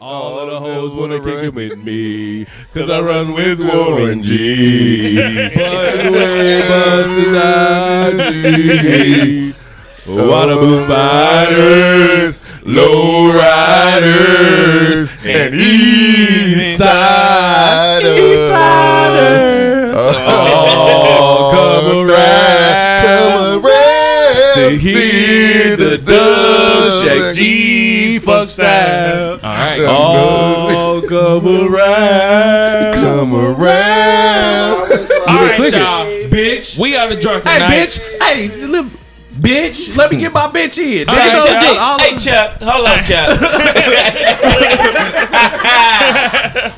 All of the All the hoes wanna women kick it run. with me, cause I run with Warren G. But the way busters I G. Wannaboo fighters, low riders, and east Siders. siders. Oh, All come around. Come around to hear the dub shack G fuck All sound. right. All come around. Come around. All right, click it. y'all. bitch. We are the drunk hey, tonight. bitch. Hey, li- bitch. Let me get my bitch in. All right, Say no, y'all. look, all Hey, of- Chuck. Hold on, Chuck.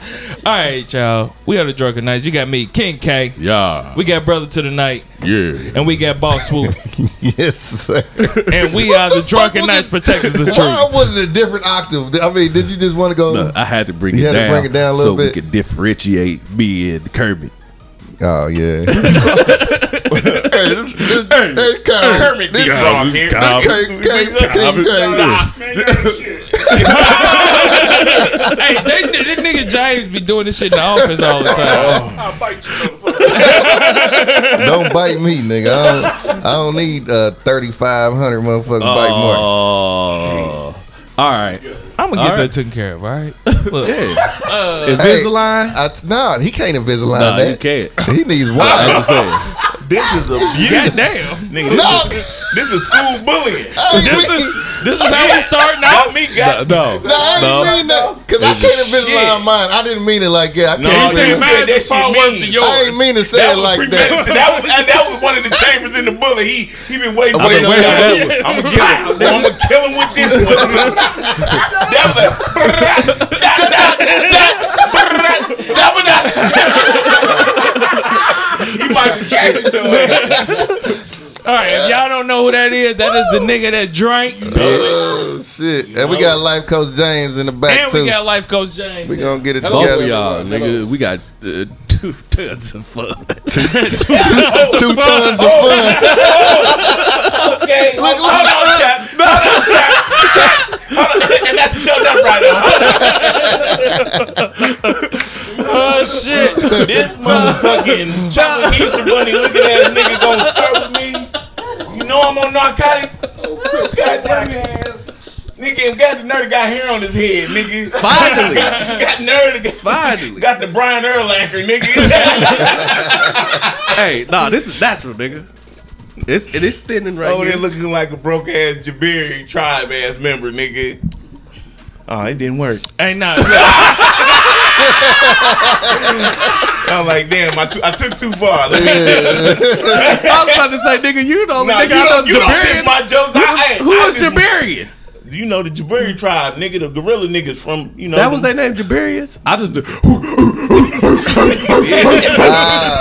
All right, y'all. We are the drunken nights. You got me, King K. yeah. We got brother to the night, yeah. and we got boss swoop, yes, sir. and we are the drunken nights protectors of Why truth. was it a different octave? I mean, did you just want to go? Look, I had to bring You it had to down, break it down a so little bit. we could differentiate me and Kermit. Oh yeah. hey, this, this, hey, Kermit. Kermit This, be wrong here. Gob- King- King- Look, King- King- Nah, man, you're shit. hey, that, that nigga James be doing this shit in the office all the time. I'll bite you, motherfucker. Don't bite me, nigga. I don't, I don't need uh, thirty five hundred motherfucking bite marks. Oh. Uh, All right. I'm gonna get All right. that taken care of. All right. Yeah. Uh, Hey, Invisalign? I, nah, he can't Invisalign nah, you that. can't. He needs That's what one. I'm saying. This is abuse. Goddamn. Nigga, this, No. is, this is school bullying. I ain't This mean- is this is how we starting out. Got me, got No. No, I ain't mean that. Cause I This is can't Invisalign shit. mine. I didn't mean it like Oh, that. I No, He can't. you said said mine that is shit far worse than mean. I ain't yours. mean to say That it was like that. premeditated. That was, and that was one of the chambers in the bullet. He he been waiting. I've been for waiting that. on that I'm gonna get him. I'm gonna kill him with this one. that was like, that was not- He might be tripping though. All right, if y'all don't know who that is, that is the nigga that drank, Oh shit! And we got life coach James in the back and too. we got life coach James. we gonna get it Hello, Both together. of y'all, Hello. nigga. We got uh, two tons of fun. Two tons of fun. Okay. Hold on, chap. Hold on, chap. Chap. Hold on. And that's shut up right now. Oh shit! This motherfucking chocolate Easter bunny looking ass nigga gonna start with me. You know I'm on narcotic. Oh, Chris, goddamn it. Nigga, got the nerd got hair on his head, nigga. Finally. got nerd. Got, Finally. Got the Brian Erlacher, nigga. hey, nah, this is natural, nigga. It's it is thinning right Over here. there looking like a broke ass Jabiri tribe ass member, nigga. Oh, it didn't work. Hey, nah, yeah, I'm like, damn, I, t- I took too far. Like, I was about to say, nigga, you know, nah, nigga, you I know don't, you don't Jabarian. pick my jokes. I, hey, Who I was just- Jabarian? You know the Jabiri tribe, nigga, the gorilla niggas from you know That was the- their name, Jabarians. I just do. Ah,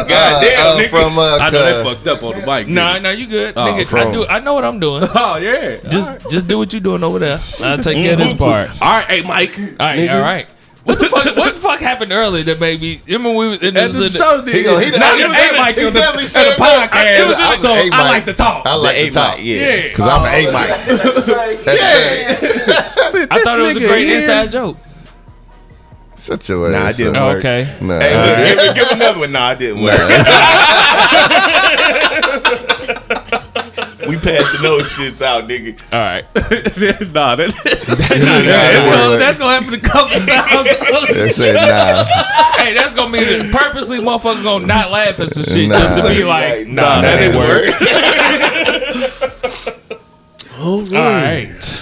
God damn, ah, ah, nigga. from uh, I know uh, they fucked up on the mic. nah, didn't nah, you good, Oh, nigga. I from- do, I know what I'm doing. they? Oh yeah. Just, just do what you doing over there. I'll take care of Mm-hmm. this part. All All right, hey Mike. All right, all right. What the fuck? What the fuck happened earlier that made me? Remember we was in the, At the show, nigga. He gonna- he- not he- even he- A Mike he on the, definitely at said the that. podcast. It was in the- so I'm an A I mic. like to talk. I like to talk. Yeah. Cause I'm an A mic. That's the thing. I thought it was a great inside joke. Such a Nah, I ass. didn't son. work. Oh, Okay. Nah. Hey, look, give, give another one. Nah, I didn't work. we passing those shits out, nigga. All right. nah, that, Nah, that's, it gonna, worked. that's gonna happen a couple times. That shit, nah. hey, that's gonna be purposely motherfuckers gonna not laugh at some shit Nah. just to be like, nah, that didn't work. All right.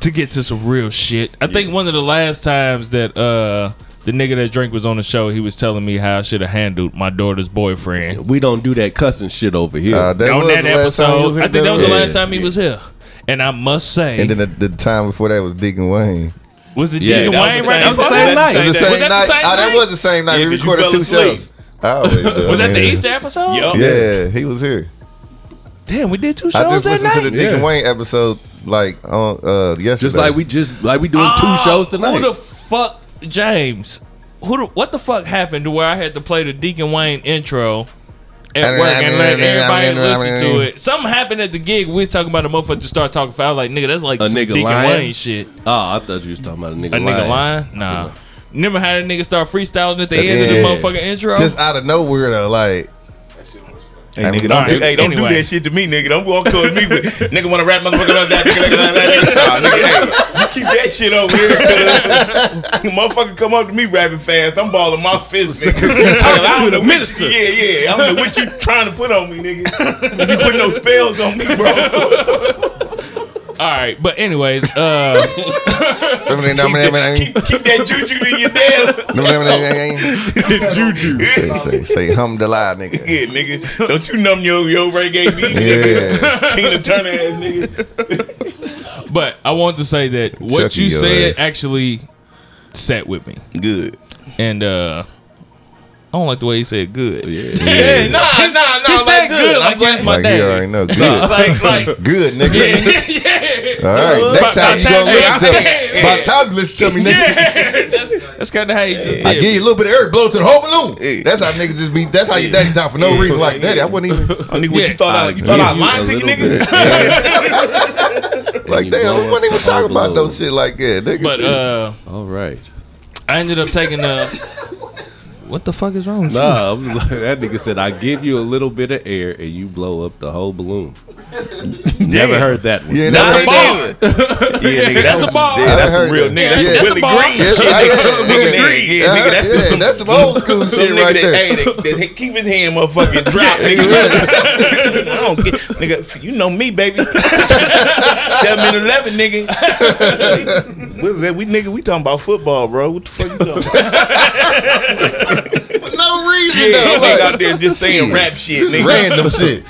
To get to some real shit. I think one of the last times that uh the nigga that drink was on the show, he was telling me how I should have handled my daughter's boyfriend. We don't do that cussing shit over here. Uh, that on was that the last time he episode. was here, I think that was the yeah. last time he was here. And I must say, And then the, the time before that was Deacon Wayne. was it Yeah, Deacon that was Wayne the right that was same- the before same that? night. The that- same was that the night. same oh, night? that was the same night. Yeah, we 'cause you recorded fell two asleep. shows. I always do, Was that the man. Easter episode? Yup. Yeah, he was here. Damn, we did two I shows just that listened night. to the Deacon Yeah. Wayne episode like on uh yesterday. Just like we just like we doing Ah, two shows tonight. Who the fuck, James? Who? The, what the fuck happened to where I had to play the Deacon Wayne intro? at work and let everybody listen to it. Something happened at the gig. We was talking about a motherfucker just start talking foul. Like nigga, that's like A some nigga Deacon lying? Wayne shit. Oh, I thought you was talking about a nigga. A nigga lying? Nah. Never had a nigga start freestyling at the end of the motherfucking intro. Just out of nowhere though, like Hey, I mean, nigga, don't, do, alright, hey, don't anyway. do that shit to me, nigga. Don't walk towards me with nigga want to rap motherfucker on that. Nigga, nigga, nigga, nigga. Nah, nigga, hey, you keep that shit over here. cuz motherfucker come up to me rapping fast. I'm balling my fist, nigga. Talking to the minister. Yeah, yeah. I don't know what you trying to put on me, nigga. You putting no spells on me, bro. All right, but anyways, uh, keep, keep that juju in your damn. Juju. Say, say, say, hum the lie, nigga. Yeah, nigga. Don't you numb your, your reggae beat, nigga. Yeah. Tina Turner ass nigga. but I want to say that what Chucky you your said ass. actually sat with me, Good. and uh, I don't like the way he said good. Yeah, Yeah, nah, nah, nah. he like, said good. I'm Like glad- that's my Like, you dad. already know. Good. Like like Good, nigga. yeah, yeah. All right. Next time you gonna Hey, I listen to me. said- By the time you listen to me, nigga. that's that's kind of how you just I did. give you a little bit of air blow to the whole balloon. That's how niggas just be. That's how your daddy talk for no reason. Like, daddy, I wasn't even. I Oh, nigga, what Yeah. you thought I, I you thought I give lying to you you, a nigga? little Like, You damn, blowing we wasn't even the talking about balloon. no shit like that. Niggas. But uh, All right. I ended up taking the. What the fuck is wrong? With you? Nah, I'm like, that nigga said I give you a little bit of air and you blow up the whole balloon. Never heard that one. yeah, That's that's a what I ball. yeah, nigga, That's that's, a was- ball. Yeah, I that's heard some real that. nigga. That's Yeah. some That's a Willie ball. Green Yes, shit. I- yeah, nigga. Nigga, yeah. nigga, yeah, Yeah, nigga, that's yeah, some- that's some old school some shit nigga right that, there. Hey, that, that, that- keep his hand motherfucking drop, nigga. I don't get, nigga. You know me, baby. Seven and eleven, nigga. we, we nigga, we talking about football, bro. What the fuck you talking about? For no reason, Yeah, though. nigga Like, out there just saying shit. rap shit, Just nigga. Random shit.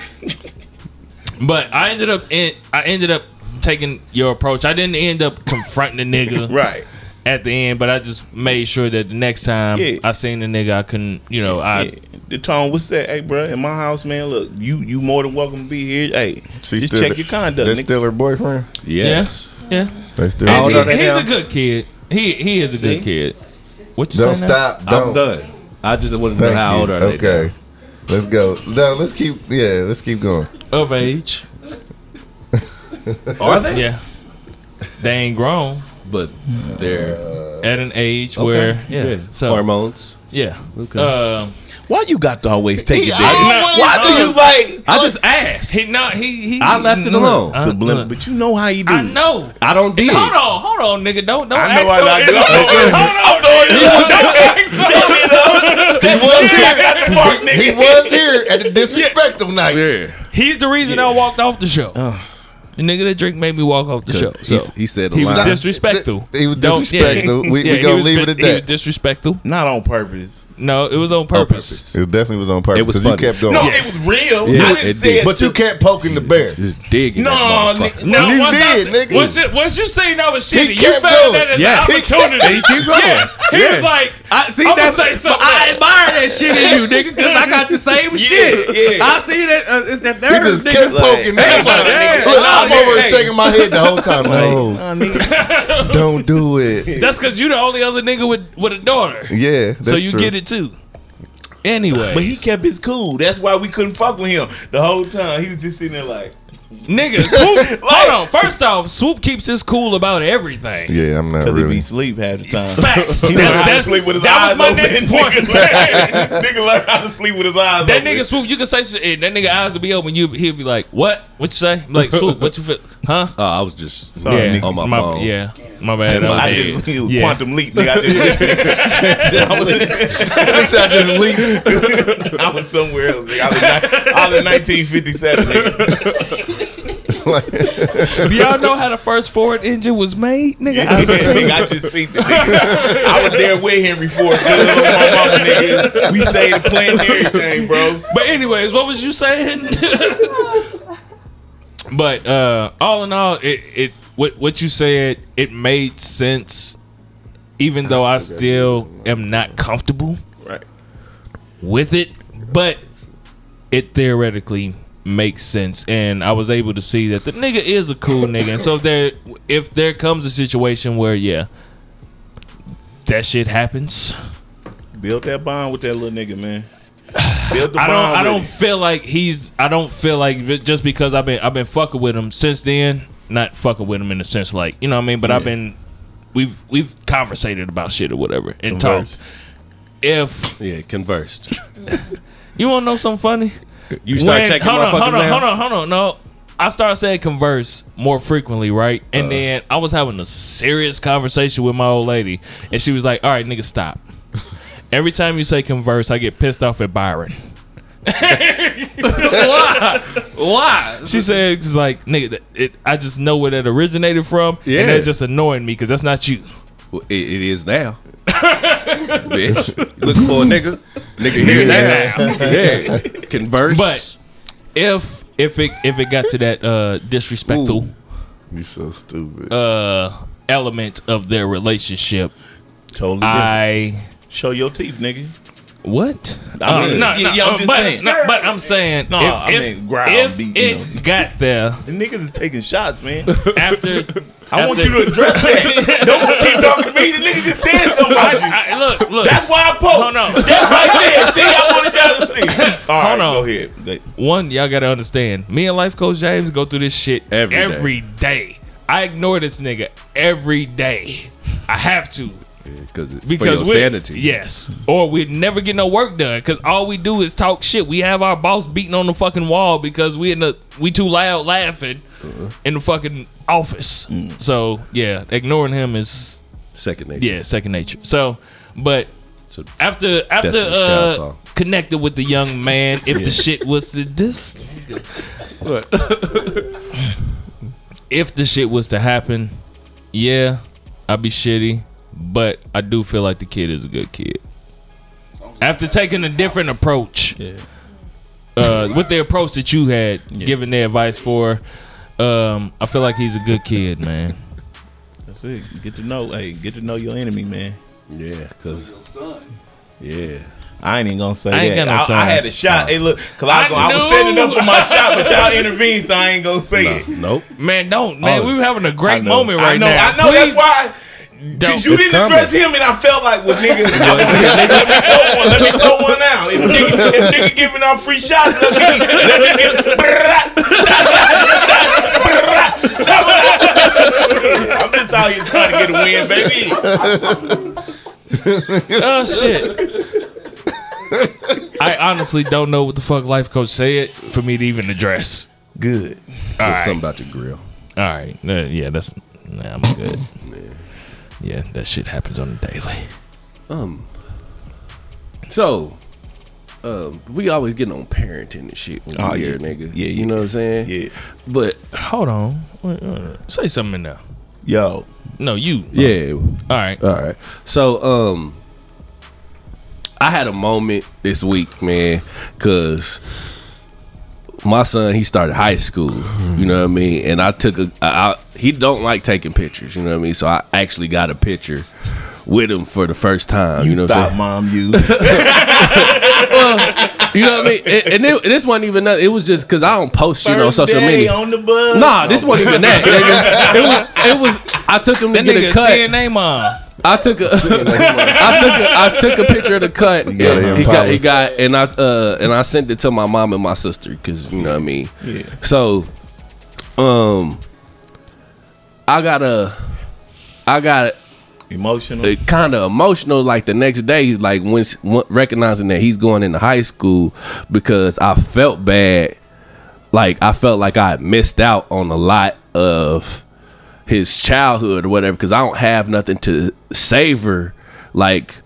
But I ended up in. I ended up taking your approach. I didn't end up confronting the nigga Right. at the end, but I just made sure that the next time Yeah. I seen the nigga, I couldn't. You know, I. Yeah. The tone, what's that? Hey, bro, in my house, man, look, you you more than welcome to be here. Hey, She just still- check your conduct, That's nigga. still her boyfriend. Yes. Yeah. That's still. I don't He- know that he's now. a good kid. He he is a good kid. What you Don't saying? now? stop. Don't. I'm done. I just want to know Thank how you. old are they. now? okay. Let's go. No, let's keep. Yeah, let's keep going. Of age. Are they? Yeah. They ain't grown But they're at an age okay. where yeah. So hormones. yeah. Um, Okay. Why you got to always take it always- there? Why do uh, you like? I just asked. He not he he. I left it look, alone. I- Subliminal, look, but you know how you do. I know. I don't do. Mm-hmm. Uh, Hold on, hold on, nigga. Don't don't I know act so I innocent. not Hold do. on, nigga. Don't act so He was here. Got the mark, He- He nigga. was here at the disrespectful night. Yeah. He's the reason I walked off the show. Uh. The nigga that drink made me walk off the show. So He's- he said a he was line. disrespectful. Th- he was Don't- disrespectful. We- we he gonna was leave bit- it at He that. was disrespectful. Not on purpose. No, it was on purpose. It definitely was on purpose. It was 'cause you funny. kept going. No, it was real. Yeah, I it didn't say did. it. But you kept poking the bear. Just digging. no, that motherfucker. nigga. No, You once I did, se- nigga. Once you, once you seen I was shitty, you kept found going. that as Yes. an opportunity. He keep going. Yes. He was like, I see I'ma that's. say but something I else. admire that shit in you, nigga, because I got the same shit. yeah. I see that. Uh, it's that He nerve, just nigga. kept Like, poking me. hey, my Look, nigga. I'm Nah, over yeah, here shaking my head the whole time. No, Nah, nigga. don't do it. that's because you the only other nigga with, with a daughter. Yeah, that's so you true. get it too. Anyway. But he kept his cool. That's why we couldn't fuck with him the whole time. He was just sitting there like, Nigga, Swoop. hold on. First off, Swoop keeps his cool about everything. Yeah, I'm not because he really. be sleep half the time. Facts. He learned how to That's- sleep with his that was eyes my next open. point. Nigga, nigga learned how to sleep with his eyes That open. nigga swoop, you can say shit, and that nigga eyes will be open. You he'll be like, "What? What you say?" I'm like swoop, what you feel? Huh? Oh, I was just Sorry, yeah, nigga. on my, phone. Yeah, my bad. I I I just was he was Yeah. quantum leap, nigga. I just, At least I just leaped. I was somewhere else. Nigga. I was, ni- I was in 1957. Nigga. Like, Do y'all know how the first Ford engine was made, nigga? I I, was- nigga, I just seen the nigga. I was there with Henry Ford. cuz of My mama, nigga. We saved the plant and everything, bro. but anyways, what was you saying? but uh all in all, it it what what you said it made sense, even though I still am not comfortable Right. with it, but it theoretically makes sense and I was able to see that the nigga is a cool nigga. And so if there if there comes a situation where yeah, that shit happens. Built that bond with that little nigga, man. Build the I don't. bond I with don't it. feel like he's. I don't feel like ju- just because I've been. I've been fucking with him since then. Not fucking with him in the sense like you know what I mean. But I've been. We've we've conversated about shit or whatever and Conversed. talked. If Yeah, conversed. you want to know something funny, You start When- checking hold on, motherfuckers hold on, now? Hold on, hold on, no. I started saying converse more frequently, right? Uh. And then I was having a serious conversation with my old lady, and she was like, "All right, nigga, stop." Every time you say converse, I get pissed off at Byron. Why? She said, "She's like, nigga, that- it, I just know where that originated from, Yeah. and that's just annoying me because that's not you." Well, it, it is now. Bitch, looking for a nigga. Nigga here Yeah. now. Yeah, converse. But if if it if it got to that uh, disrespectful You so stupid. uh, element of their relationship, Totally different. I Show your teeth, nigga. What? I Uh, mean, no, yeah, no, yeah, I'm uh, just but, saying. no, but I'm saying, No, if, I if- mean, ground if beat, you it know. got there The niggas is taking shots, man. after, I want you to address that. Don't keep talking to me. The nigga just said something about you. I, I, look, look. That's why I poke. Hold on. That's right there. See, I wanted y'all to see. All right, Hold on. go ahead. They- One, y'all gotta understand. Me and life coach James go through this shit Every day. every day. I ignore this nigga every day. I have to because because for your we- sanity. Yes, or we'd never get no work done because all we do is talk shit. We have our boss beating on the fucking wall because we in the we too loud laughing in the fucking office. So yeah, ignoring him is Second nature. yeah second nature. So, but So, after after Destiny's Child uh, song. connected with the young man, if the shit was to this, if the shit was to happen, yeah, I'd be shitty. But I do feel like the kid is a good kid. After taking a different approach, Yeah. uh, with the approach that you had, giving the advice for, um, I feel like he's a good kid, man. That's it. Get to know. Hey, get to know your enemy, man. yeah, because yeah, I ain't even gonna say I ain't that. got no I, I had a sons. shot. Hey, look, cause I, I go, I was knew. setting up for my shot, but y'all intervened, so I ain't gonna say it. no, nope. Man, don't, man. Oh, we were having a I great know. moment right I know, now. I know. Please That's why. Cause don't. you It's didn't coming. address him, and I felt like, well, nigga, let me throw one. Let me throw one out. If nigga, if nigga giving out free shots, let me, let me give. I'm just out here trying to get a win, baby. Oh shit. I honestly don't know what the fuck life coach said for me to even address. Good. All There's right, something about your grill. all right, Uh, yeah, that's nah, I'm good. yeah, that shit happens on the daily. Um. So, um, we always getting on parenting and shit when Oh, we here, yeah. nigga. Yeah, yeah. you know what I'm saying. Yeah. But Hold on, Wait, uh, say something in there. Yo. No, you. yeah, All right. Uh, all right. So, um, I had a moment this week, man, because my son he started high school. You know what I mean? And I took a I, I, he don't like taking pictures. You know what I mean? So I actually got a picture with him for the first time. You, know what I'm saying? Stop, mom. You. You know what I mean? And, and it, this wasn't even nothing. It was just because I don't post shit on social First day media. on the bus. Nah, this No, wasn't even that. nigga. It was. It was. I took him to That get a nigga cut. CNA mom. I took a. I took a. I took a picture of the cut. and got it he in got. power. He got. And I. Uh. And I sent it to my mom and my sister because you know what I mean. Yeah. So, um, I got a. I got Emotional. kind of uh, emotional like the next day like when when- recognizing that he's going into high school because i felt bad like i felt like i had missed out on a lot of his childhood or whatever because i don't have nothing to savor like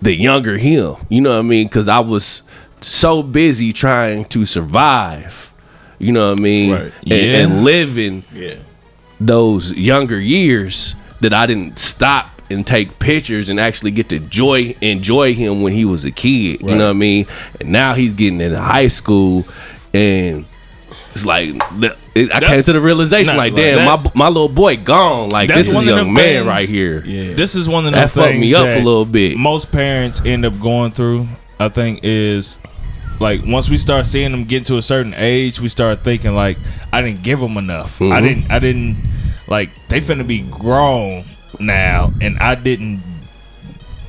the younger him you know what i mean because i was so busy trying to survive you know what i mean Right. and, and Yeah. living Yeah. those younger years that I didn't stop and take pictures and actually get to joy enjoy him when he was a kid. You know what I mean? And now he's getting into high school and it's like th- it, I came That's- to the realization nah, like, like, damn, my that's- my little boy gone. Like That's this is a one of young them man things- right here. Yeah. This is one of the That things fucked me up a that little bit. Most parents end up going through. I think is like once we start seeing them get to a certain age, we start thinking like I didn't give them enough. Mm-hmm. I didn't. I didn't like they finna be grown now, and I didn't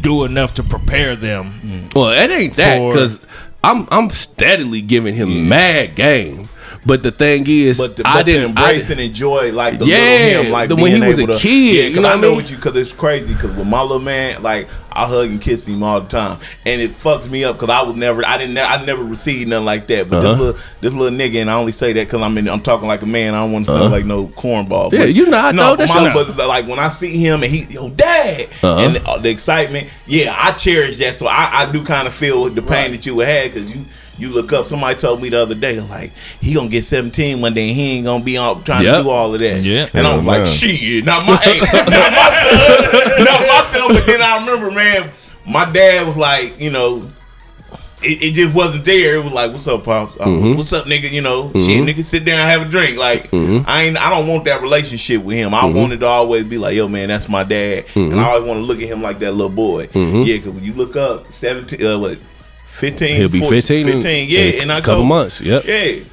do enough to prepare them. Well, it ain't that For- because I'm I'm steadily giving him mad game. But the thing is, But, the, but I to didn't. I embrace didn't- and enjoy like the Yeah, little him, like the- when he being was able a to- kid, Yeah, you 'cause know I what I know mean? what you because it's crazy. Because with my little man, like I hug and kiss him all the time, and it fucks me up because I would never, I didn't, ne- I never received nothing like that. But this Uh-huh. little, this little nigga, and I only say that because I'm in, I'm talking like a man. I don't want to sound like no cornball. Uh-huh. Yeah, but- you know, I know, but that's my- your- but but, like when I see him and he, yo, dad, Uh-huh. and the, uh, the excitement, yeah, I cherish that. So I, I do kind of feel the pain that you had because you. You look up. Somebody told me the other day, like he gonna get seventeen one day. And he ain't gonna be out trying to Yep. do all of that. Yeah. and I'm Yeah, like, man. shit, not my, ain't, not my son, not my son. But then I remember, man, my dad was like, you know, it, it just wasn't there. It was like, "What's up, pops? Uh, Mm-hmm. What's up, nigga? You know, shit, nigga, sit down, and have a drink." Like, Mm-hmm. I ain't, I don't want that relationship with him. I wanted to always be like, "Yo, man, that's my dad," Mm-hmm. and I always want to look at him like that little boy. Yeah, because when you look up, seventeen, uh, what, fifteen? He'll be 14, 15 in- yeah, in and I a couple told- months, yep. yeah.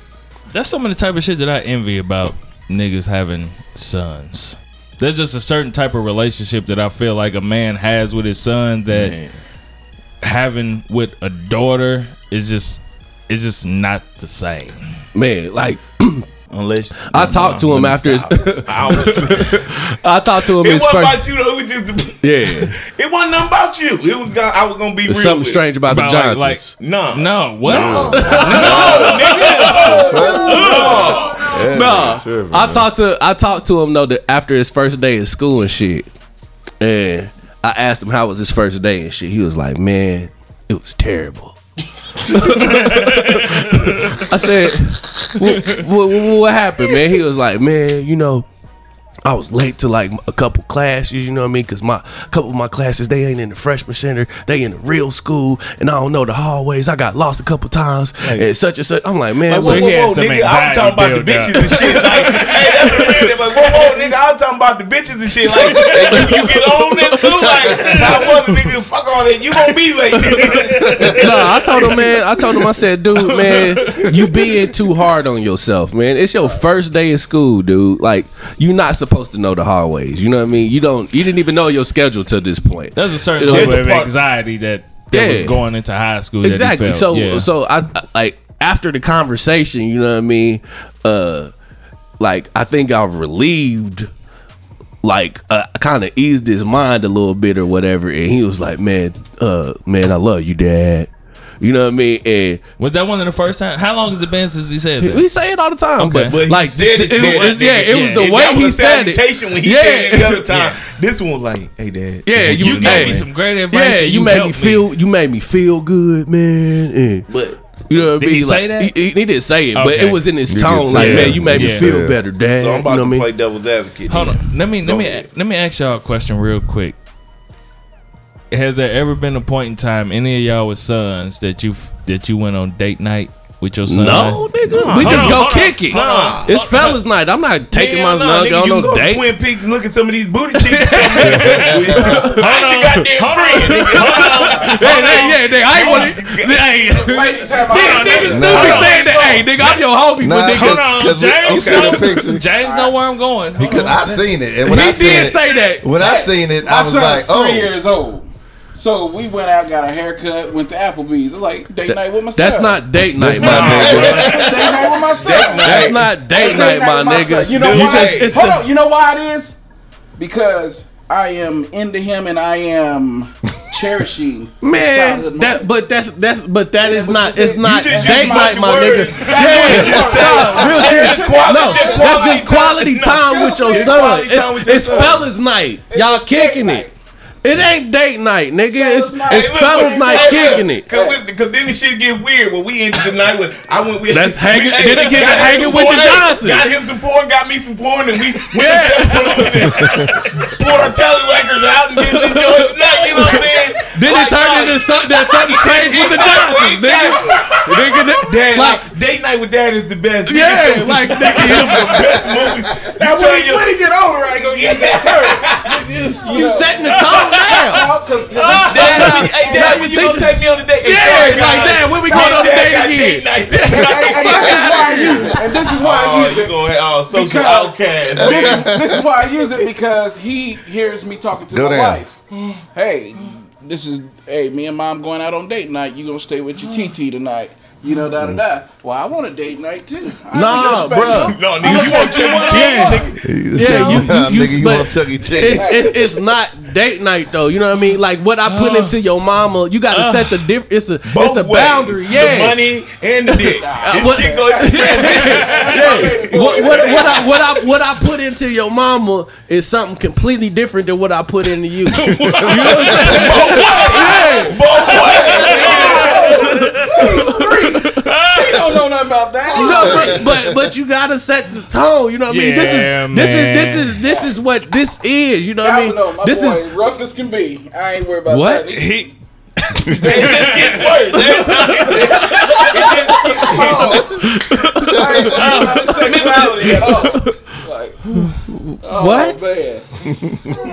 That's some of the type of shit that I envy about niggas having sons. There's just a certain type of relationship that I feel like a man has with his son that having with a daughter is just it's just not the same. man, like Unless I talked to him after his- I almost- it I talked to him his wasn't first. about you though. It was just Yeah, it wasn't nothing about you. It was gonna, I was gonna be real there's something with it. strange about, About, the like- Johnsons. Nah, No, what? Yeah, Nah, sure, I man. talked to I talked to him though that after his first day at school and shit, and I asked him how was his first day and shit. He was like, "Man, it was terrible." I said, what, what, "What happened, man?" He was like, "Man, you know." I was late to like a couple classes, you know what I mean? Cause my a couple of my classes they ain't in the freshman center, they in the real school, and I don't know the hallways. I got lost a couple times and such and such. I'm like, man, Like, what- So whoa, he had whoa, some nigga, I'm anxiety talking about the built bitches up. and shit. Like, hey, that's the real thing. Like, whoa, whoa, nigga, I'm talking about the bitches and shit. Like, you, you get on this too. Like, I was nigga, fuck all that. You gonna be late. nigga. no, I told him, man. I told him, I said, dude, man, you being too hard on yourself, man. It's your first day of school, dude. Like, you're not supposed to know the hallways. You know what I mean? You don't. You didn't even know your schedule to this point. There's a certain You know, level the of part- anxiety that, that was Yeah. going into high school. that he exactly. felt, So, yeah. so I, I- like after the conversation. You know what I mean? Uh, like I think I've relieved. Like uh, kind of eased his mind a little bit or whatever, and he was like, "Man, uh, man, I love you, Dad." You know what I mean? And was that one of the first time? How long has it been since he said that? We say it all the time, Okay. but, But he like said it it then, was- that yeah, nigga it was did. the And way that was he a said it. salutation when he yeah. said it the other time. This one was like, hey, dad. Yeah, you, You gave hey, me some great advice. yeah, and you, made me helped feel you made me feel good, man. And, But you know what Did I mean? he say Like, that? He, he didn't say it, but Okay. it was in his You tone. could Like, tell. man, you made me Yeah. feel Yeah. better, Dad. so I'm about you know to what I play mean? devil's advocate. Hold then. on. Let me let Go me ahead. let me ask y'all a question real quick. Has there ever been a point in time any of y'all with sons that you that you went on date night with your son? No, nigga, we hold just on, go hold on, kick it. hold on. It's fellas' night. I'm not taking Hell my nah, son nigga, on you no go to date. Twin Peaks and look at some of these booty cheeks. I ain't your Hold on. goddamn Hey, hey, yeah, friend. nigga. nigga, I ain't want to. Hey, niggas do be Hold on. saying that. Hey, nigga, I'm your homie, Nah, but nigga, Hold on, 'cause we- James. okay, the knows- picture. James know where I'm going. Hold Because on. I seen it, and when I he seen did it, say that. when I seen it, My I was son's like, oh, three years old. So we went out, got a haircut, went to Applebee's. I was like, date night with my son. That's not date night, That's my not nigga. date night. That's date night with my son. That's not date night, my nigga. You know you why? just it's Hold the, on. You know why it is? Because I am into him and I am cherishing. his childhood man. moment. That but that's that's but that is not it's not You just date used night, my your nigga. words. Yeah, nah, real shit. quality- No, just that's just quality quality time. time with your It's son. quality time with your It's it's son. fellas night. Y'all kicking it. It ain't date night, nigga. It's Fellas night. it's Hey, look, fellas look, night hey, kicking look, it. Cause, we- cause then the shit get weird. When we ended the night with, I went with. That's hanging- we- then it get got to him hanging some with the porn, hey, Johnsons. Got him some porn, got me some porn, and we went Yeah. to separate rooms and poured our tallywhackers out and just enjoyed the night. You know what I'm saying? Then it turned into something that's something strange with the Johnsons, nigga. Nigga, that- Dad, like like, date night with dad is the best. yeah, like nigga, best movie. You Now when turn he, your when he get older, I go, yeah, that's her. you setting the tone now. Dad, Now- hey, now dad, you when you gonna teaching- take me on the date? Hey, Yeah, sorry, like, guys. dad, when we going My on the dad date got again? night. And this is why I Oh, use you it. going oh social Because- outcast? This, this is why I use it because he hears me talking to Go my Hmm. down. wife. Hey, This is hey, me and mom going out on date night. You gonna stay with your Hmm. TT tonight? You know, da da Hmm. da. Well, I want a date night too. I Nah, think you're special. bruh. No, nigga, you want to Yeah, nigga. Yeah, you, you, you, nigga, you but want Chuck E. Cheese? it's, it's, it's not date night though. You know what I mean? Like what I put into your mama, you got to set the diff. It's a both it's a ways, boundary. Yeah, the money and the dick. this what- shit goes. yeah. What, what, what I what I what I put into your mama is something completely different than what I put into you. you know what I'm saying? Yeah. He don't know nothing about that. No, but, but but you gotta set the tone. You know what I mean? This is Yeah, this is this man. is this is what this is. You know what I I mean? don't know. My this boy, is rough as can be. I ain't worried about What? that. He, It just gets worse. I ain't worried about his sexuality at all. Like, oh, What? Man.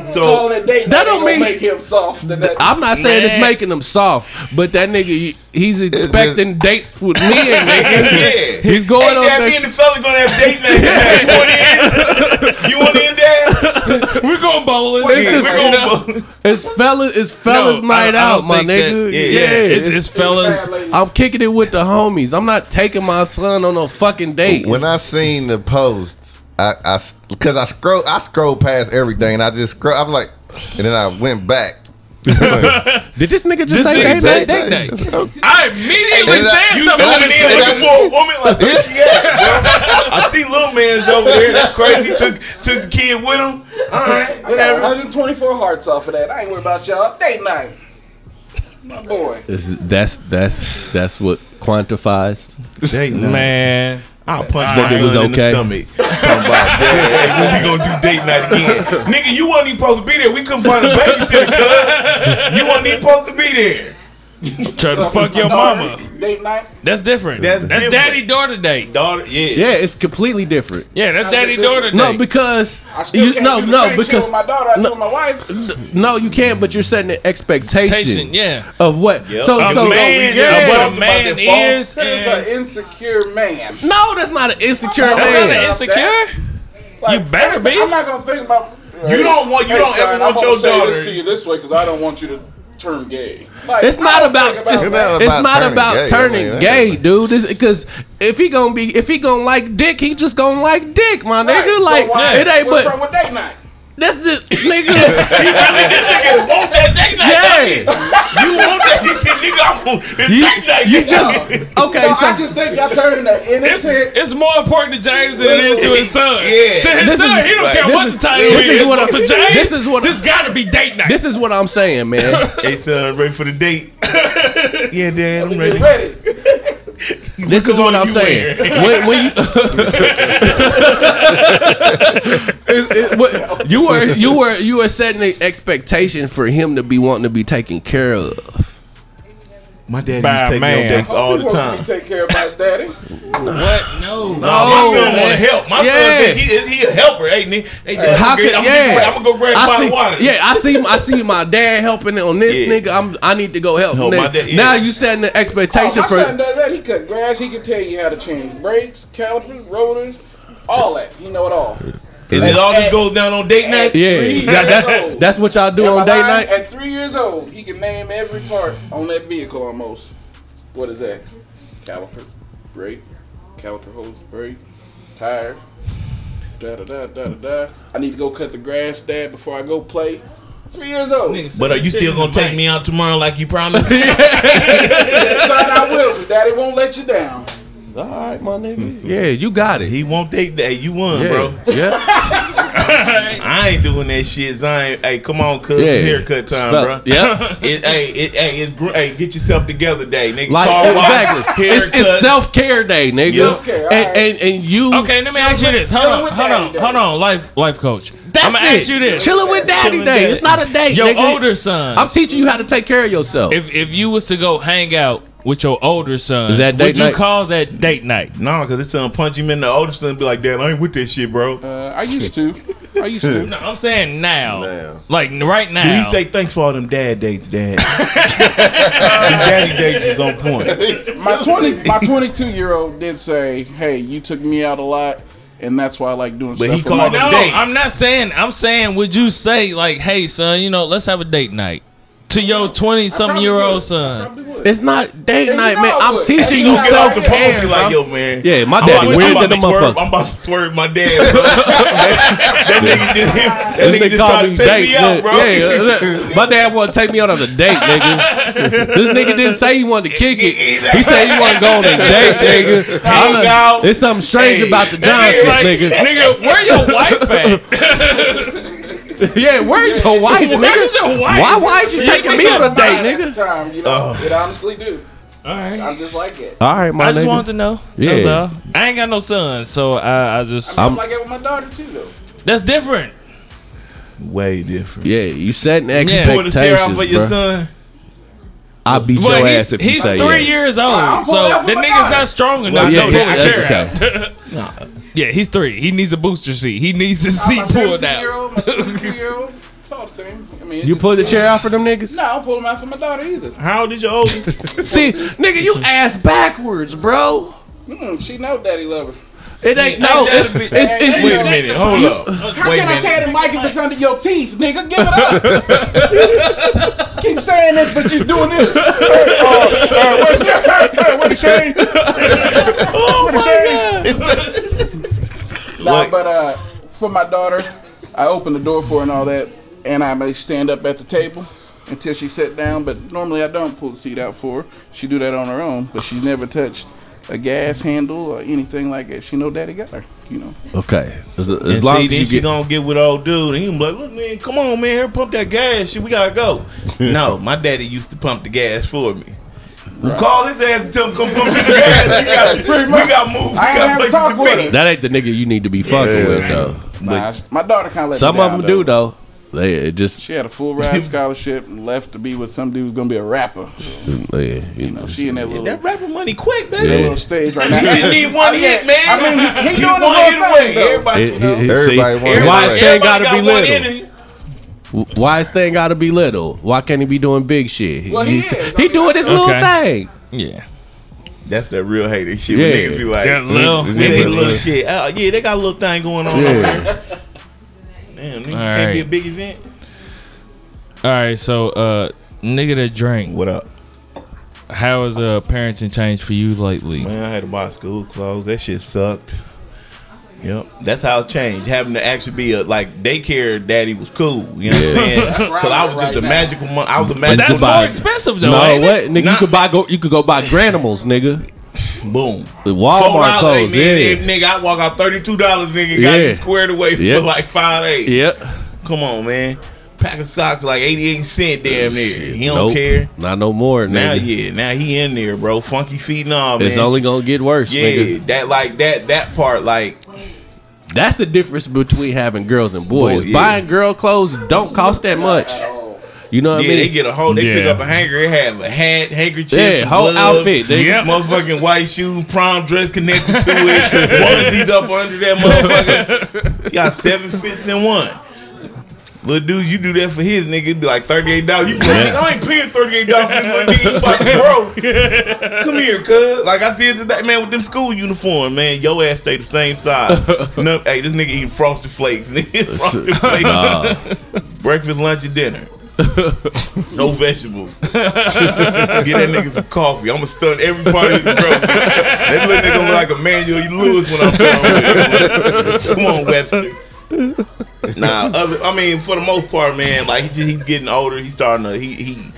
So Calling it date That night don't ain't gonna mean- make him soft. That, that, I'm not saying it's Man. making them soft, but that nigga, he's expecting dates with me and nigga. yeah. He's going on Yeah, me and the next. fella gonna have date night. tonight. You want in? You want in there? we're going bowling. It's just- We're gonna. It's fellas, it's fellas No, I- I night don't out, my think nigga. that- yeah, it's, it's- it's fellas. I'm kicking it with the homies. I'm not taking my son on a fucking date. When I seen the posts, I, I s- cause I scroll, I scroll past everything, and I just scroll. I'm like, and then I went back. Did this nigga This just say nigga date said- night? date night. That's okay. I immediately Is that- said you Coming something. said- in looking for a woman like where she at, bro. I see little man's over there. That's crazy. Took took the kid with him. All right, I got whatever. 124 hearts off of that. I ain't worried about y'all. Date night. My boy. Is- That's that's that's what quantifies. Man, I'll punch But my it was son in okay. the stomach. Talking about that. Hey, when we gonna do date night again? Nigga, you wasn't even supposed to be there. We couldn't find a babysitter, cuz. You wasn't even supposed to be there. try to fuck your mama. Date night. That's different. That's That's, different. daddy daughter date. Daughter, yeah. Yeah, it's completely different. Yeah, that's daddy daughter date. No, because I still you, can't no, do the no, same shit because with my daughter. I do no. with my wife. no, you can't. But you're setting an expectation. Patient, yeah. Of what? So, A so oh, man, yeah. of what Talked a about man that false is. He's and- an insecure man. No, that's not an insecure That's man. not an insecure. You better be. I'm not gonna think about. You don't want- you don't ever son, want I'm your gonna say daughter- This to you this way because I don't want you to turn gay. Like, It's I not don't about, think it's, that. it's About not turning about gay, turning I mean, gay, that's- dude. This because if he gonna be if he gonna like dick, he just gonna like dick, my Right, nigga. so Like why- it ain't What's but wrong with date night? that's just nigga. Nigga, want that date night? yeah, You want that nigga? I'm gonna it's you, date night. you just okay. No, so I just think y'all turning that It's, innocent. it's more important to James than it is to his son. Yeah. To his This son, is- he don't right. care This what is- the title this is is. what I- but for James, this is what I- this gotta be date night. this is what I'm saying, man. Hey son, ready for the date? yeah, dad, I'm ready. Get ready. This is what I'm saying. When, when you It- it- what- you were you were you were setting the expectation for him to be wanting to be taken care of. My daddy By used to take me man. on dates all He the wants time. To be taken care of by his daddy. what? No. Oh, my son want to man. help. My Yeah. son think he is he a helper, ain't he? Hey, dad, How I'm could gonna- yeah? I'm gonna go grab I a bottle see, of water. Yeah, I see. I see my dad helping on this Yeah. nigga. I'm. I need to go help. Help nigga. my dad, yeah. Now you setting the expectation Oh, my for. son does that. He cut grass. He can tell you how to change brakes, calipers, rotors, all that. He know it all. And it all just goes down on date night. yeah, Three that- years that's old. that's what y'all do Am I on date lying? night. At three years old, he can name every part on that vehicle almost. What is that? Caliper, brake, caliper hose, brake, tire. Da da da da da da. I need to go cut the grass, Dad, before I go play. Three years old. Son, But are you still gonna take me out tomorrow like you promised? I will. 'cause Daddy won't let you down. All right, my nigga. Yeah, you got it. Hmm. he won't date that. You won, yeah. bro. Yeah, I ain't doing that shit. Zion. Hey, come on, cuz. yeah. Haircut time, Spell- bro. Yeah. It, hey, it, hey, it's gr- hey, get yourself together day, nigga. Like Car wash, exactly, it's, haircut. it's self care day, nigga, Self-care, all and, right. and and you Okay, let me ask you this. Hold chilling on, with hold daddy on, day. hold on, life life coach. That's I'm gonna it. ask you this. Chilling with daddy Chilling day. daddy. It's not a date. Your nigga. older son. I'm teaching you how to take care of yourself. if if you was to go hang out with your older son, Is that date would you night? call that date night? No, because it's gonna punch him in the older son and be like, Dad, I ain't with that shit, bro. Uh, I used to. I used to. No, I'm saying now. Now. Like n- right now. Dude, he say thanks for all them dad dates, Dad. daddy dates was on point. my twenty my twenty two year old did say, "Hey, you took me out a lot, and that's why I like doing But stuff." he with my called dad." no, dates. I'm not saying. I'm saying, would you say like, "Hey, son, you know, let's have a date night"? to your twenty something year probably old would. son. It's not date Yeah, you night, know man. I I'm would. teaching You you know I would. self the phone and care. be like, yo, man. Yeah, my I'm daddy about to- weird I'm than about a to swerve- motherfucker. I'm about to swerve my dad, bro. that, that nigga just This that nigga nigga just called tried me to take dates. me out, nigga. bro. Yeah, look, my dad want to take me out on a date, nigga. this nigga didn't say he wanted to kick it. He said he want to go on a date, nigga. I'm Hang a- out. There's something strange Hey. about the It's Johnsons, like, nigga. nigga, where your wife at? yeah, where's your wife, Where's nigga? your wife? Why, why ain't you taking me on a date, At the nigga? Oh. time, you know, it honestly do. All right. I'm just like that. All right, my I just nigga. wanted to know. Yeah. Yeah. I ain't got no sons, so I, I just I'm- I'm like that with my daughter too, though. that's different. Way different. yeah, you setting Pull the chair out expectations, for your bro. son. I beat Well, your he's, ass if you he's say three yes. years Nah, old, I'm so pulling out the for my nigga's daughter. not strong Well, enough. yeah, to pull yeah, a that's chair out. Yeah, he's three. He needs a booster seat. He needs his seat my pulled 17 year out. old, my 22 year old. It's all the same. I mean, it's You just- pull the chair out for them niggas? No, I don't pull them out for my daughter either. How old is your oldest? See, nigga, you ass backwards, bro. Mm, she know daddy love her. It ain't no. Ain't It's gotta be- it's, it's, Wait a minute, hold up. How Wait a can I minute. say that, Mike, if it's under your teeth, nigga? Give it up. Keep saying this, but you doing this. Hey, uh, uh, where's the, hey, hey, where's the chain? Oh, where's the chain? nah, but uh, for my daughter, I open the door for her and all that, and I may stand up at the table until she sat down, but normally I don't pull the seat out for her. She do that on her own, but she's never touched a gas handle or anything like that. She know daddy got her, you know. okay. As, as As long see, then as she you get gonna get with old dude, and he gonna be like, "Look, man, come on, man, here, pump that gas, shit, we gotta go." no, my daddy used to pump the gas for me. Well, call his ass and tell him come pump the gas. We got, we got move. We I ain't got have places talk to with be. him. that ain't the nigga you need to be fucking Yeah. with though. Nah, sh- my daughter kind of let Some me of down, them do though. They it just She had a full ride scholarship and left to be with some dude who's gonna be a rapper. So, yeah, you you know, know. she in that little, That rapper money quick, baby. that Yeah. little stage right You just now. need one I mean, hit, man. I mean, he- he You doing his one own hit thing, away. though. Everybody, It, you know, it, it, see, Everybody wants- why Everybody- this thing everybody gotta be got one little? in it. Why this thing gotta be little? Why can't he be doing big shit? Well, he He's- is. he doing his little Okay. thing. Yeah. That's that real hater shit. Yeah. When niggas be like, Yeah, Lil. Yeah, they Yeah. little shit. Oh, yeah, they got a little thing going on. over there. Damn, nigga, can't right. be a big event. All right. So, uh, nigga that drank. What up? How has uh parenting changed for you lately? Man, I had to buy school clothes. That shit sucked. Yep, that's how it changed. Having to actually be a like daycare daddy was cool. You know what I'm saying? Because I was just right the now. magical. Mo- I was the But magical. That's You buy- more expensive though. No, ain't what It? nigga? Nah. You could buy go. You could go buy Granimals, nigga. Boom. The Four Walmart dollars, clothes. nigga, Yeah, nigga, I walk out thirty two dollars, nigga. Got Yeah. you squared away Yep. for like five eight. yeah. Come on, man. Pack of socks like eighty eight cent, damn near. He don't Nope. care. Not no more, nigga. Now yeah, now he in there, bro. Funky feet, nah, man. It's only gonna get worse, yeah, nigga. that like that that part like That's the difference between having girls and boys. Boy, yeah. Buying girl clothes don't cost that much. You know what yeah, I they mean? get a whole. They pick Yeah. up a hanger. They have a hat, handkerchief, Yeah, some whole gloves, outfit, nigga. Yep. motherfucking white shoes, prom dress connected to it, onesies up under that motherfucker. You got seven fits in one. Little dude, you do that for his nigga, it'd be like thirty eight dollars. You be like, I ain't paying thirty eight dollars for this little nigga. You like, bro, come here, cuz. Like I did today, man, with them school uniform, man. Your ass stay the same size. no, hey, this nigga eating frosted flakes, nigga. frosted flakes Nah. breakfast, lunch, and dinner. no vegetables. Get that nigga some coffee. I'ma stun every part of his throat. that little nigga look like Emmanuel Lewis when I'm done with him. Come on, Webster. Nah, other, I mean, for the most part, man, like he just, he's getting older. He's starting to he he.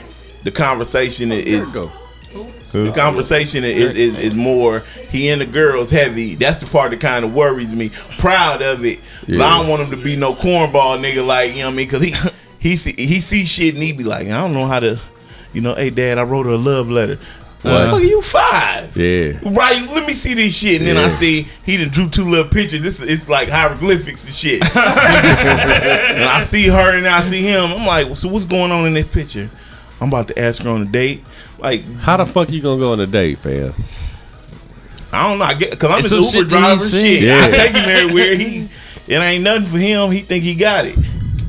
The conversation is Go. the conversation is, is, is more he and the girls heavy. That's the part that kind of worries me. Proud of it, but I don't want him to be no cornball nigga. Like you know what I mean? Because he he see, he see shit and he be like, I don't know how to, you know, hey dad, I wrote her a love letter. What? Fuck, you five? Yeah. Right, let me see this shit, and then I Yeah. see he done drew two little pictures. It's it's like hieroglyphics and shit. and I see her and I see him. I'm like, so what's going on in this picture? I'm about to ask her on a date. Like, How the fuck you gonna go on a date, fam? I don't know. I get because I'm It's just some an shit Uber that driver. you've seen. Shit, Yeah. I take him everywhere. He it ain't nothing for him. He think he got it.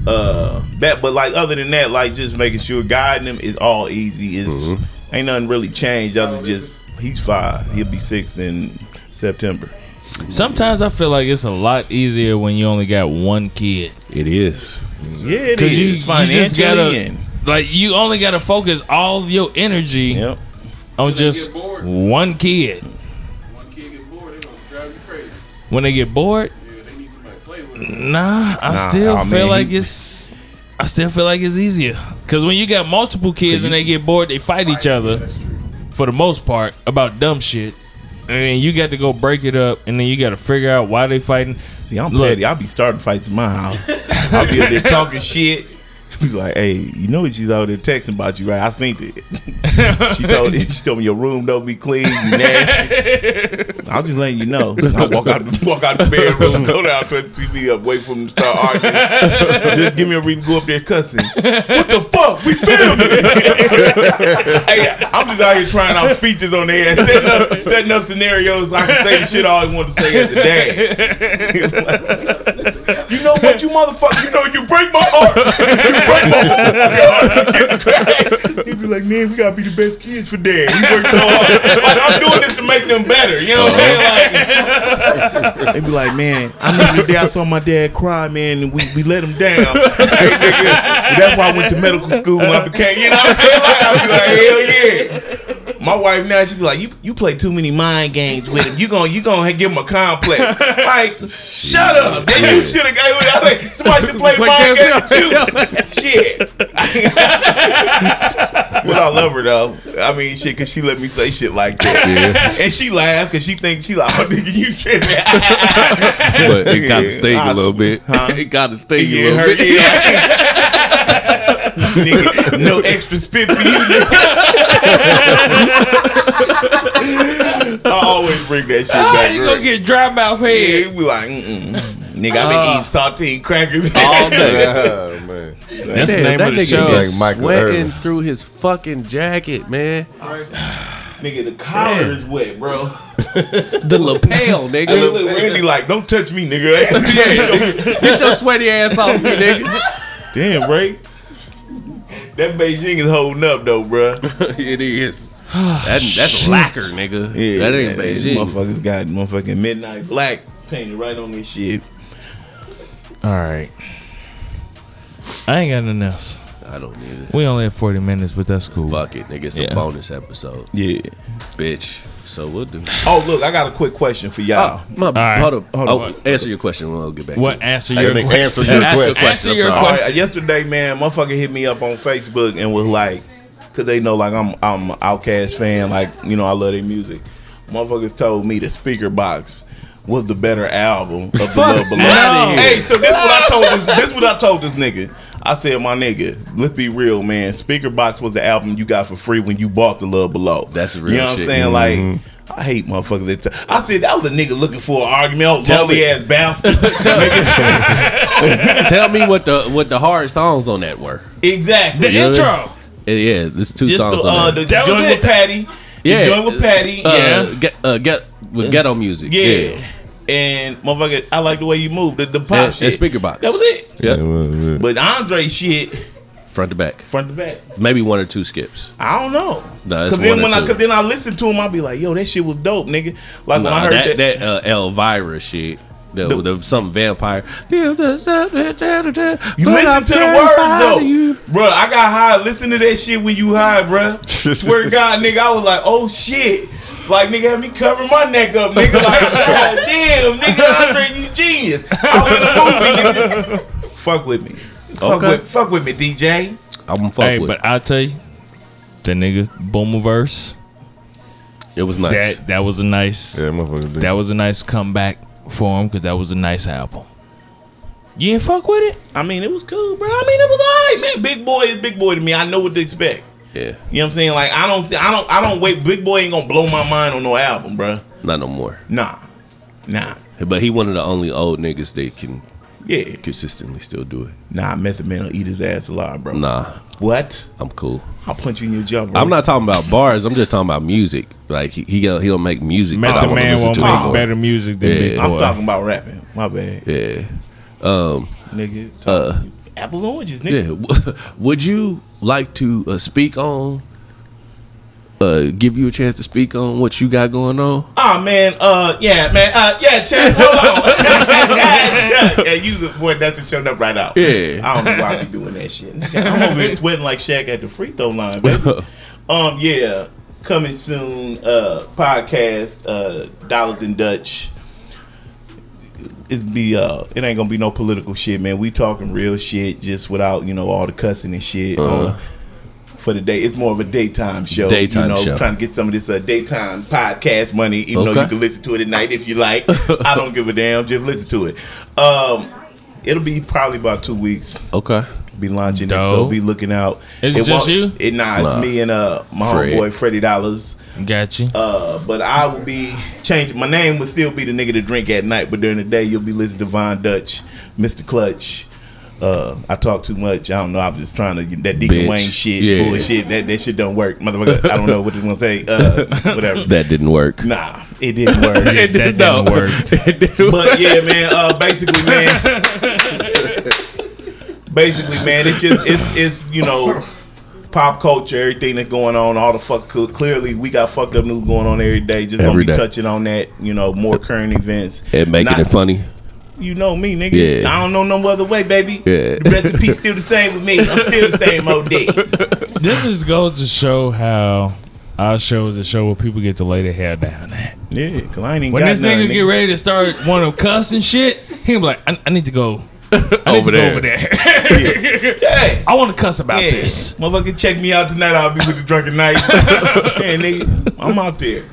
Uh, that but like other than that, like just making sure guiding him is all easy. Is ain't nothing really changed other than just he's five. He'll be six in September. Sometimes I feel like it's a lot easier when you only got one kid. It is. Yeah, it Cause you- is. It's you just financially gotta- and Like you only got to focus all your energy Yep. on Till they just get bored. one kid. One kid get bored, they gonna drive you crazy. When they get bored, Yeah, they need somebody to play with. nah, I Nah, still I feel mean, like he- it's. I still feel like it's easier because when you got multiple kids and they get bored, they fight each other for the most part about dumb shit, and then you got to go break it up, and then you got to figure out why they fighting. See, I'm Look. petty. I'll be starting fights in my house. I'll be up there talking shit. Be like, hey, you know what she's out there texting about you, right? I seen it. she told me, she told me your room don't be clean, you nasty. I'm just letting you know. I walk out, the- walk out the bedroom, go down, turn the TV up, wait for them to start arguing. just give me a reason, go up there cussing. What the fuck? We filmed it. hey, I'm just out here trying out speeches on the air, setting up, setting up scenarios so I can say the shit I always wanted to say as a dad. You know what, you motherfucker? You know you break my heart. You break my heart. He'd be like, man, we gotta be the best kids for dad. You worked so hard. Like, I'm doing this to make them better. You know what I'm saying? Like, they'd be like, man, I remember the day I saw my dad cry, man, and we, we let him down. Hey, nigga, that's why I went to medical school and I became, you know what I'm saying? Like, I'd be like, hell yeah. My wife now she be like, you you play too many mind games with him. You gonna you gonna give him a complex. Like, shut up. Then you should have gave like, somebody should play mind games with you. Shit. well, I love her though. I mean, shit, cause she let me say shit like that, and she laughed cause she thinks she like, oh nigga, you tripping. But it got Yeah, to sting a little awesome. bit. Huh? It got to sting a Yeah, little her, bit. yeah. Nigga, no extra spit for you. nigga. I always bring that shit Ah, back. you right? gonna get dry mouth yeah, head. we like, mm-mm. nigga, Ah. I've been eating saltine crackers All day. Oh, man. That's the name of the show. Like Michael sweating Irvin. through his fucking jacket, man. nigga, the collar is wet, bro. The lapel, nigga. Look, Randy like, don't touch me, nigga. Get your sweaty ass off me, nigga. Damn, Ray. That Beijing is holding up though, bro. it is. That, that's lacquer, nigga. that ain't man, these Beijing. Motherfuckers got motherfucking midnight black painted right on this shit. All right. I ain't got nothing else. I don't need it. We only have 40 minutes, but that's cool. Fuck it, nigga. It's Yeah. a bonus episode, Yeah. bitch. So we'll do. Oh, look, I got a quick question for y'all. Oh, my, right. Hold up. Hold oh, on. answer your question. We'll get back What to answer I your think answer question? your Ask your question. Answer question. I'm your sorry. All right, question. yesterday, man, motherfucker hit me up on Facebook and was like, cause they know like I'm I'm an Outkast fan, like you know I love their music. Motherfuckers told me the speaker box was the better album of the Love Below. outta here. Hey, so this what I told this, this what I told this nigga. I said, my nigga, let's be real, man. Speaker box was the album you got for free when you bought the Love Below. That's real You know what shit. Mm-hmm. I'm saying? Like. I hate motherfuckers. That t- I said that was a nigga looking for an argument. Tell Lonely me. ass bastard. it. Tell me what the what the hard songs on that were. exactly. The intro. Yeah, yeah there's two Just songs the, on uh, that. the That was joint it. with Patty. yeah, The joint with Patty. Uh, yeah. Get, uh, get with ghetto music. yeah. And motherfucker, I like the way you move. The, the pop And, shit. and speaker box. That was it. It was, yeah. But Andre shit Front to back. front to back. Maybe one or two skips. I don't know. No, it's cause then one or when I two. cause then I listen to him, I'll be like, yo, that shit was dope, nigga. Like when Oh, I Nah, heard that that, that uh, Elvira shit. The, The- the, some vampire. You listen you listen to the words though. Bro, I got high. Listen to that shit when you high, bro. Swear to God, nigga, I was like, oh shit. Like nigga had me covering my neck up, nigga. Like, God damn, nigga, Andre, you genius. I was in the movie, nigga. Fuck with me. Fuck Okay. with fuck with me, DJ. I'm fuck Hey, with. but I'll tell you, the nigga Boomerverse. it was nice. That that was a nice Yeah, motherfucker. that was a nice comeback for him because that was a nice album. You ain't fuck with it? I mean, it was cool, bro. I mean, it was alright, man. Big boy is big boy to me. I know what to expect. yeah, You know what I'm saying? Like, I don't, see- I don't, I don't wait. Big boy ain't gonna blow my mind on no album, bro. not no more. Nah, nah, But he one of the only old niggas that can yeah, consistently still do it. nah. Method Man will eat his ass alive, bro. Nah, What? I'm cool. I'll punch you in your jaw, bro. I'm not talking about bars. I'm just talking about music. Like he he don't, he don't make music. that I Method wanna Man listen won't to make anymore. better music than Yeah. Big Boy. I'm talking about rapping. My bad, Yeah. Um. nigga. Uh. Apple oranges, nigga. Yeah. Would you like to uh, speak on uh, give you a chance to speak on what you got going on? Oh man, uh, yeah, man, uh, yeah, Chuck, hold on, Chuck, yeah, you the boy, that's just showing up right out. Yeah. I don't know why I be doing that shit. I'm over here sweating like Shaq at the free throw line. Baby. um, yeah, coming soon. Uh, podcast, uh, Dollars in Dutch. It's be uh, it ain't gonna be no political shit, man. We talking real shit, just without you know all the cussing and shit. Uh-huh. Uh, for the day, it's more of a daytime show. Daytime you know, show. trying to get some of this uh, daytime podcast money, even though you Okay. can listen to it at night if you like. I don't give a damn. Just listen to it. Um, it'll be probably about two weeks. Okay. Be launching it, so Dope. be looking out. Is it just won't- you? It nah, it's Nah. me and uh my Fred. homeboy Freddie Dollars. Got you. Uh, but I will be changing. My name will still be the nigga to drink at night, but during the day you'll be listening to Von Dutch, Mr. Clutch. Uh, I talk too much. I don't know. I'm just trying to get that Deacon Bitch. Wayne shit, Yeah. bullshit. That that shit don't work, motherfucker. I don't know what you gonna say. Uh, whatever. That didn't work. Nah, it didn't work. That didn't work. it didn't work. but yeah, man. Uh, basically, man. basically, man. It just it's it's you know pop culture, everything that's going on, all the fuck. Clearly, we got fucked up news going on every day. Just Every gonna be day. touching on that. You know, more current events. And making Not- it funny. You know me, nigga. Yeah. I don't know no other way, baby. Yeah. The recipe's still the same with me. I'm still the same old dick. This just goes to show how our show is a show where people get to lay their hair down at. Yeah, cause I ain't even When got this nothing, nigga get ready to start want to cuss and shit, he gonna be like, I, I need to go. I need Over to there. Go over there. Hey. I want to cuss about Yeah. this. Motherfucker, check me out tonight. I'll be with the drunken night. yeah, nigga, I'm out there.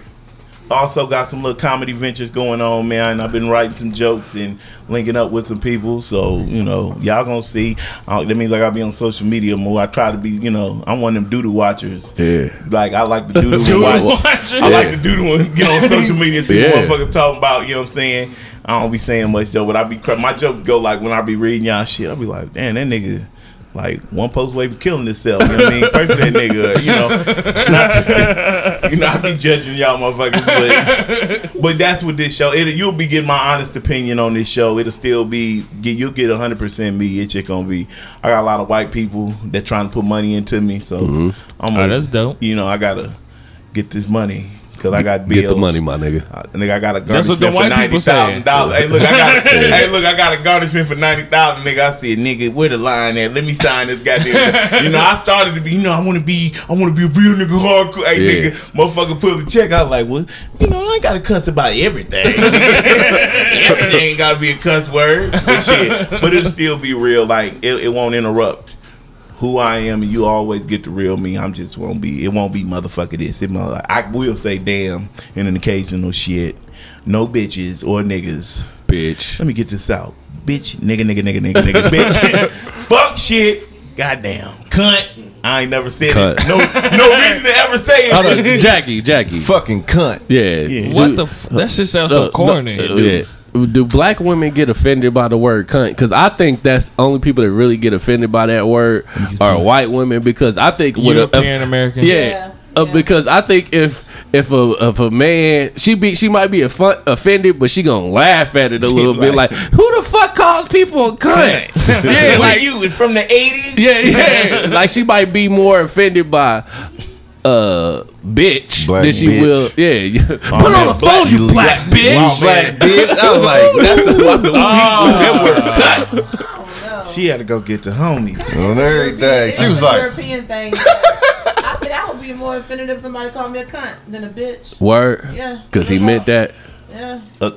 Also got some little comedy ventures going on, man. I've been writing some jokes and linking up with some people. So you know, y'all gonna see. Uh, that means like I'll be on social media more. I try to be, you know, I'm one of them doodle watchers. Yeah. Like I like to doodle watch. Watch it. I like to do the one, get on social media and see Yeah. what motherfuckers talking about. You know what I'm saying? I don't be saying much though, but I be cra- my joke go like when I be reading y'all shit, I be like, damn, that nigga. Like one post away from killing himself, you know what I mean? Pray for that nigga, you know. Not- you know, I be judging y'all motherfuckers, but but that's what this show. It you'll be getting my honest opinion on this show. It'll still be get you'll get hundred percent me. It's just gonna be. I got a lot of white people that trying to put money into me, so I'm. Oh, gonna- that's dope. you know, I gotta get this money because I got bills. Get the money, my nigga. I, nigga, I got a That's what garnishment the for white ninety people thousand saying. dollars. Hey, look, I got. Yeah. hey, look, I got a garnishment for ninety thousand. Nigga, I said, nigga, where the line at? Let me sign this goddamn. you know, I started to be. You know, I want to be. I want to be a real nigga hardcore. Hey, Yeah. nigga, motherfucker, put up the check. I was like, well, you know, I ain't gotta cuss about everything. everything ain't gotta be a cuss word. But shit, but it'll still be real. Like it, it won't interrupt who I am, and you always get the real me. I'm just won't be. It won't be motherfucker this. It mo- I will say damn and an occasional shit. No bitches or niggas. Bitch. Let me get this out. Bitch, nigga, nigga, nigga, nigga, nigga, bitch. Fuck shit. Goddamn. Cunt. I ain't never said Cunt. it. No, no reason to ever say Hold on. it. Jackie, Jackie. Fucking cunt. Yeah. What Do- the? F- that shit sounds uh, so corny. no, uh, yeah. Do black women get offended by the word cunt? Because I think that's only people that really get offended by that word are white women. Because I think with a- European Americans. Yeah. Yeah, Uh, yeah. because I think if if a if a man she be she might be affu- offended, but she gonna laugh at it a little bit, like like- who the fuck calls people a cunt? yeah, Where like you is from the 80s? yeah, yeah, like she might be more offended by uh bitch Black than she bitch. will. Yeah, put man, on the black- phone, you black bitch. Wow, Black man. bitch. I was like, That's a, that's a Ah. that word cut. No. Oh. She had to go get the homies. on everything. She It's was a like, European thing. I think I would be more offended if somebody called me a cunt than a bitch. Word, Yeah. because he meant that. Yeah, Uh,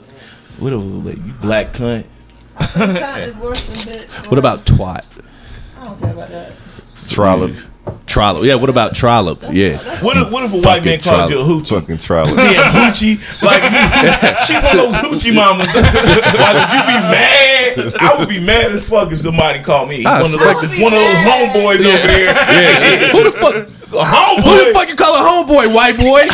what a like, you black cunt. cunt is worse than bitch. What about twat? I don't care about that. trollop. Trollop. Yeah, what about trollop? Yeah, What if, what if a white man Fucking called you a hoochie? Fucking trollop. Yeah, hoochie. Like she one of those hoochie mamas. Why would you be mad? I would be mad as fuck if somebody called me I one of those, expect it. one of those homeboys over here. yeah. who the fuck? A Who the homeboy. fuck you call a homeboy, white boy?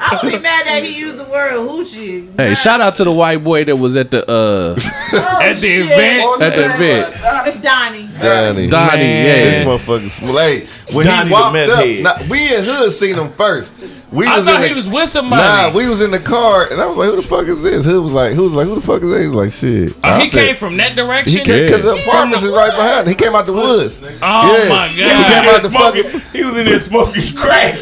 I would be mad that he used the word hoochie. Hey, shout out to the white boy that was at the uh at the event. At the event. Uh, Donnie. Donnie. Donnie, Man. This yeah. motherfucker's well, hey, when Donnie the he walked meth up, head. nah, we in hood seen him first. We I in thought the- he was with somebody. Nah, we was in the car, and I was like, "Who the fuck is this?" Who was like, "Who was like, who the fuck is this?" He was like, "Shit." oh, I he said- came from that direction. He came because the From apartments is right behind. He came out the woods. Oh Yeah. my He came god! out the fucking. He was in there smoking crack.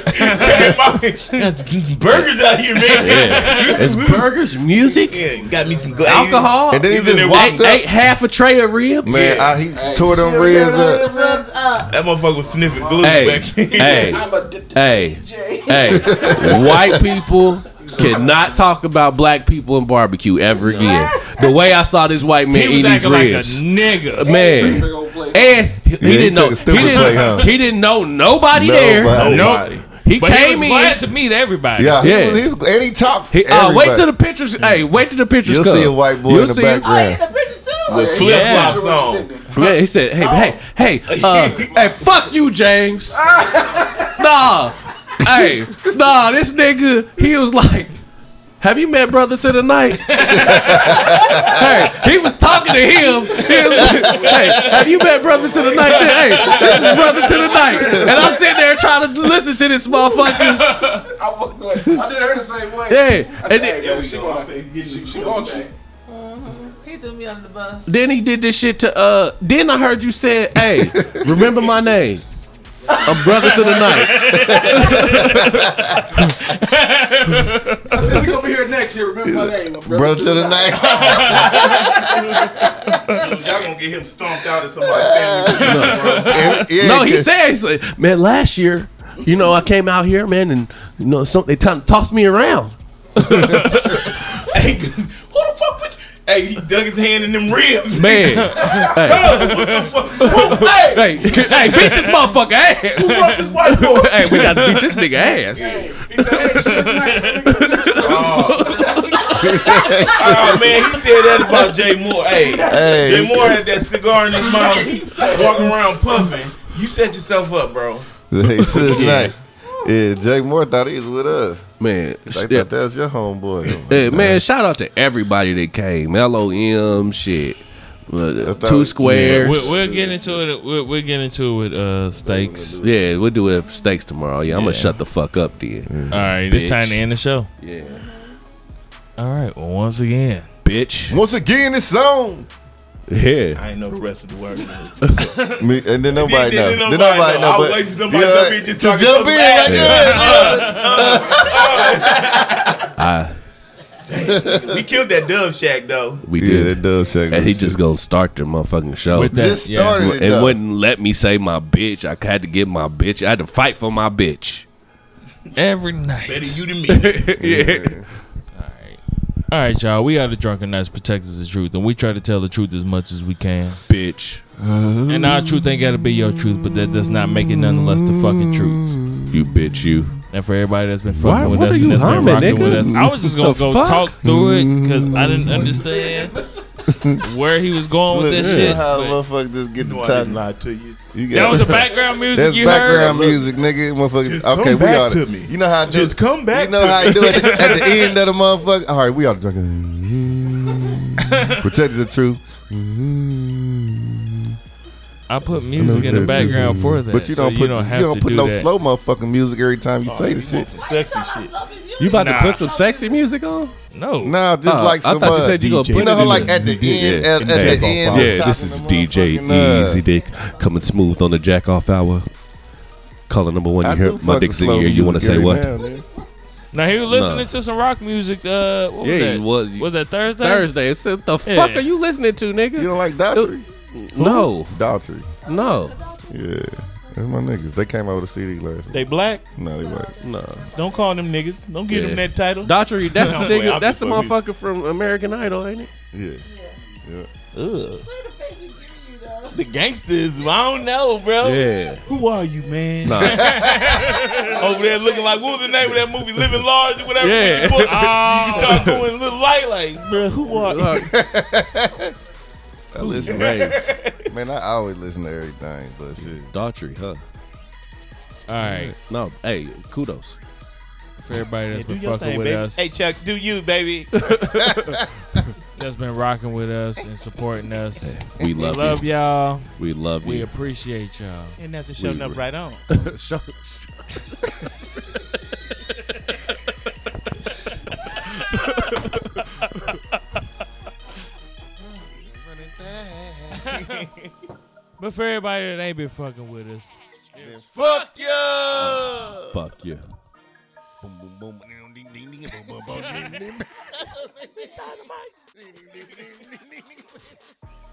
Burgers out here, man. It's burgers, music, Yeah, got me some glass. alcohol. And then he He was in just there walked ate, up. ate half a tray of ribs. Man, I, he tore them ribs up. Ribs up. That motherfucker was sniffing glue Hey, back in. hey, I'm a d- d- hey, DJ. hey. White people cannot talk about black people and barbecue ever again. The way I saw this white man He was eat these acting like a ribs. nigga. Uh, Man, Big old plate. and he, he he didn't took know a he stupid didn't, play, huh? he didnn't know nobody there. Oh, Nobody. Nobody. He But he came was in. glad to meet everybody. Yeah, he Yeah. Was, he was, and he talked. He, uh, wait till everybody. the pictures. Hey, wait till the pictures You'll come. see a white boy You'll in the see- Oh, he in background. the picture too. With flip flops Sure what you on. did there. Yeah, he said, "Hey, hey, hey, uh, hey, fuck you, James." nah, hey, nah, this nigga, he was like, "Have you met brother to the night?" hey, he was talking to him. He was like, "Hey, have you met brother to the night?" Hey, this is brother to the night, and I'm sitting there trying to listen to this motherfucker. I walked away. I did her the same way. Yeah, and then, Hey, man, she gonna- she- she gonna cheat. He threw me under the bus. then he did this shit to. uh Then I heard you said, "Hey, remember my name." I'm brother to the night. I said we gonna be here next year. Remember my name, my brother. Brother to the night. Y'all gonna get him stomped out at somebody's family. And- yeah, No, he 'cause- said, he's like, man, last year, you know, I came out here, man, and you know, some, they t- tossed me around. hey, who the fuck put you? Hey, he dug his hand in them ribs. Man, hey, What the fuck? Who- hey, hey, beat this motherfucker ass. this white boy? hey, we gotta beat this nigga ass. He said, "Hey, she look nice. Let me go get you." Oh man, he said that about Jay Moore. Hey, Hey. Jay Moore had that cigar in his mouth, walking around puffing. You set yourself up, bro. Hey, sis, night. Yeah, Jake Moore thought he was with us. Man, They yeah, thought that was your homeboy. yeah, man, shout out to everybody that came. LOM, shit. Uh, thought- two squares. We're, we're getting into it. We're, we're getting into it with uh, stakes. yeah, we'll do it for stakes tomorrow. Yeah, I'm gonna shut the fuck up then. All right, it's Bitch. time to end the show. Yeah. All right, well, once again, Bitch. Once again, it's on. Yeah. I ain't know the rest of the words. Me, and then nobody then- know. Then nobody then nobody know. know. I was but- waiting for somebody Yeah, to be just to talking jump to in. us back. Like, yeah. We killed that Dove Shack though. We Yeah, did. that does shake. and he just gonna start the motherfucking show. with that, just yeah. started it. and though. wouldn't let me say my bitch. I had to get my bitch. I had to fight for my bitch. every night. Better you than me. All right, all right, y'all. We are the drunken knights protectors of truth, and we try to tell the truth as much as we can. Bitch, And our truth ain't gotta be your truth, but that does not make it nonetheless the fucking truth. you bitch, you. And for everybody that's been fucking Why- with what us are and you that's humming, been rocking nigga? with us, I was just gonna The go fuck? talk through it because I didn't understand where he was going with Look, this yeah, shit. How but- motherfuckers just get No, the I didn't top. lie to you. You That got- was the background music That's you background heard. music, nigga. Motherfuckers. Just okay, come we back ought to me. You know how I do. Just come back You know to how I me. do it at the end of the motherfucker. All right, we ought to drink. Protect the truth, I put music in the background for that, but you don't so put you don't have to put do no that. slow motherfucking music every time Oh, you say the shit. Some sexy shit. You about Nah. to put some sexy music on? No, Nah, just Uh, like I some. thought you uh, said you gonna DJ. put you know it how in like the- at the end, at, at Yeah, the end. yeah, top this of is the DJ motherfucking, uh, Easy Dick coming smooth on the jack off hour. Caller number one, I you do hear my fucking dick's in slow here. You want to music say every what? now and then. now he was listening Nah. to some rock music. Uh, what was Yeah, that? he was. Was that Thursday? Thursday. It's, the fuck Yeah. are you listening to, nigga? You don't like Daughtry? no, Daughtry. no, Yeah. That's my niggas. They came out with a CD last night. They black. No, they like. no. Don't call them niggas. Don't give Yeah. them that title. Daughtry, that's the No, wait, nigga, I'll that's the be fucking- motherfucker from American Idol, ain't it? Yeah. Look at the Ugh. picture giving you though. The gangsters. I don't know, bro. Yeah. Who are you, man? Nah. Over there looking like what was the name of that movie? Living Large or whatever. Yeah. Boy, Oh. you start going a little light, like, bro. Who are? you? I listen, man. man, I always listen to everything, but shit. Daughtry, huh? All right, No, hey, kudos. for everybody that's Do been your fucking thing, with baby. us. Hey, Chuck, do you, baby? that's been rocking with us and supporting us. We love, Love you. y'all. We love We you. appreciate y'all. and that's a show We- enough right on. Show- But for everybody that ain't been fucking with us, Fuck you! Fuck you. Boom, boom, boom. Ding, ding, ding, ding, boom, boom, boom.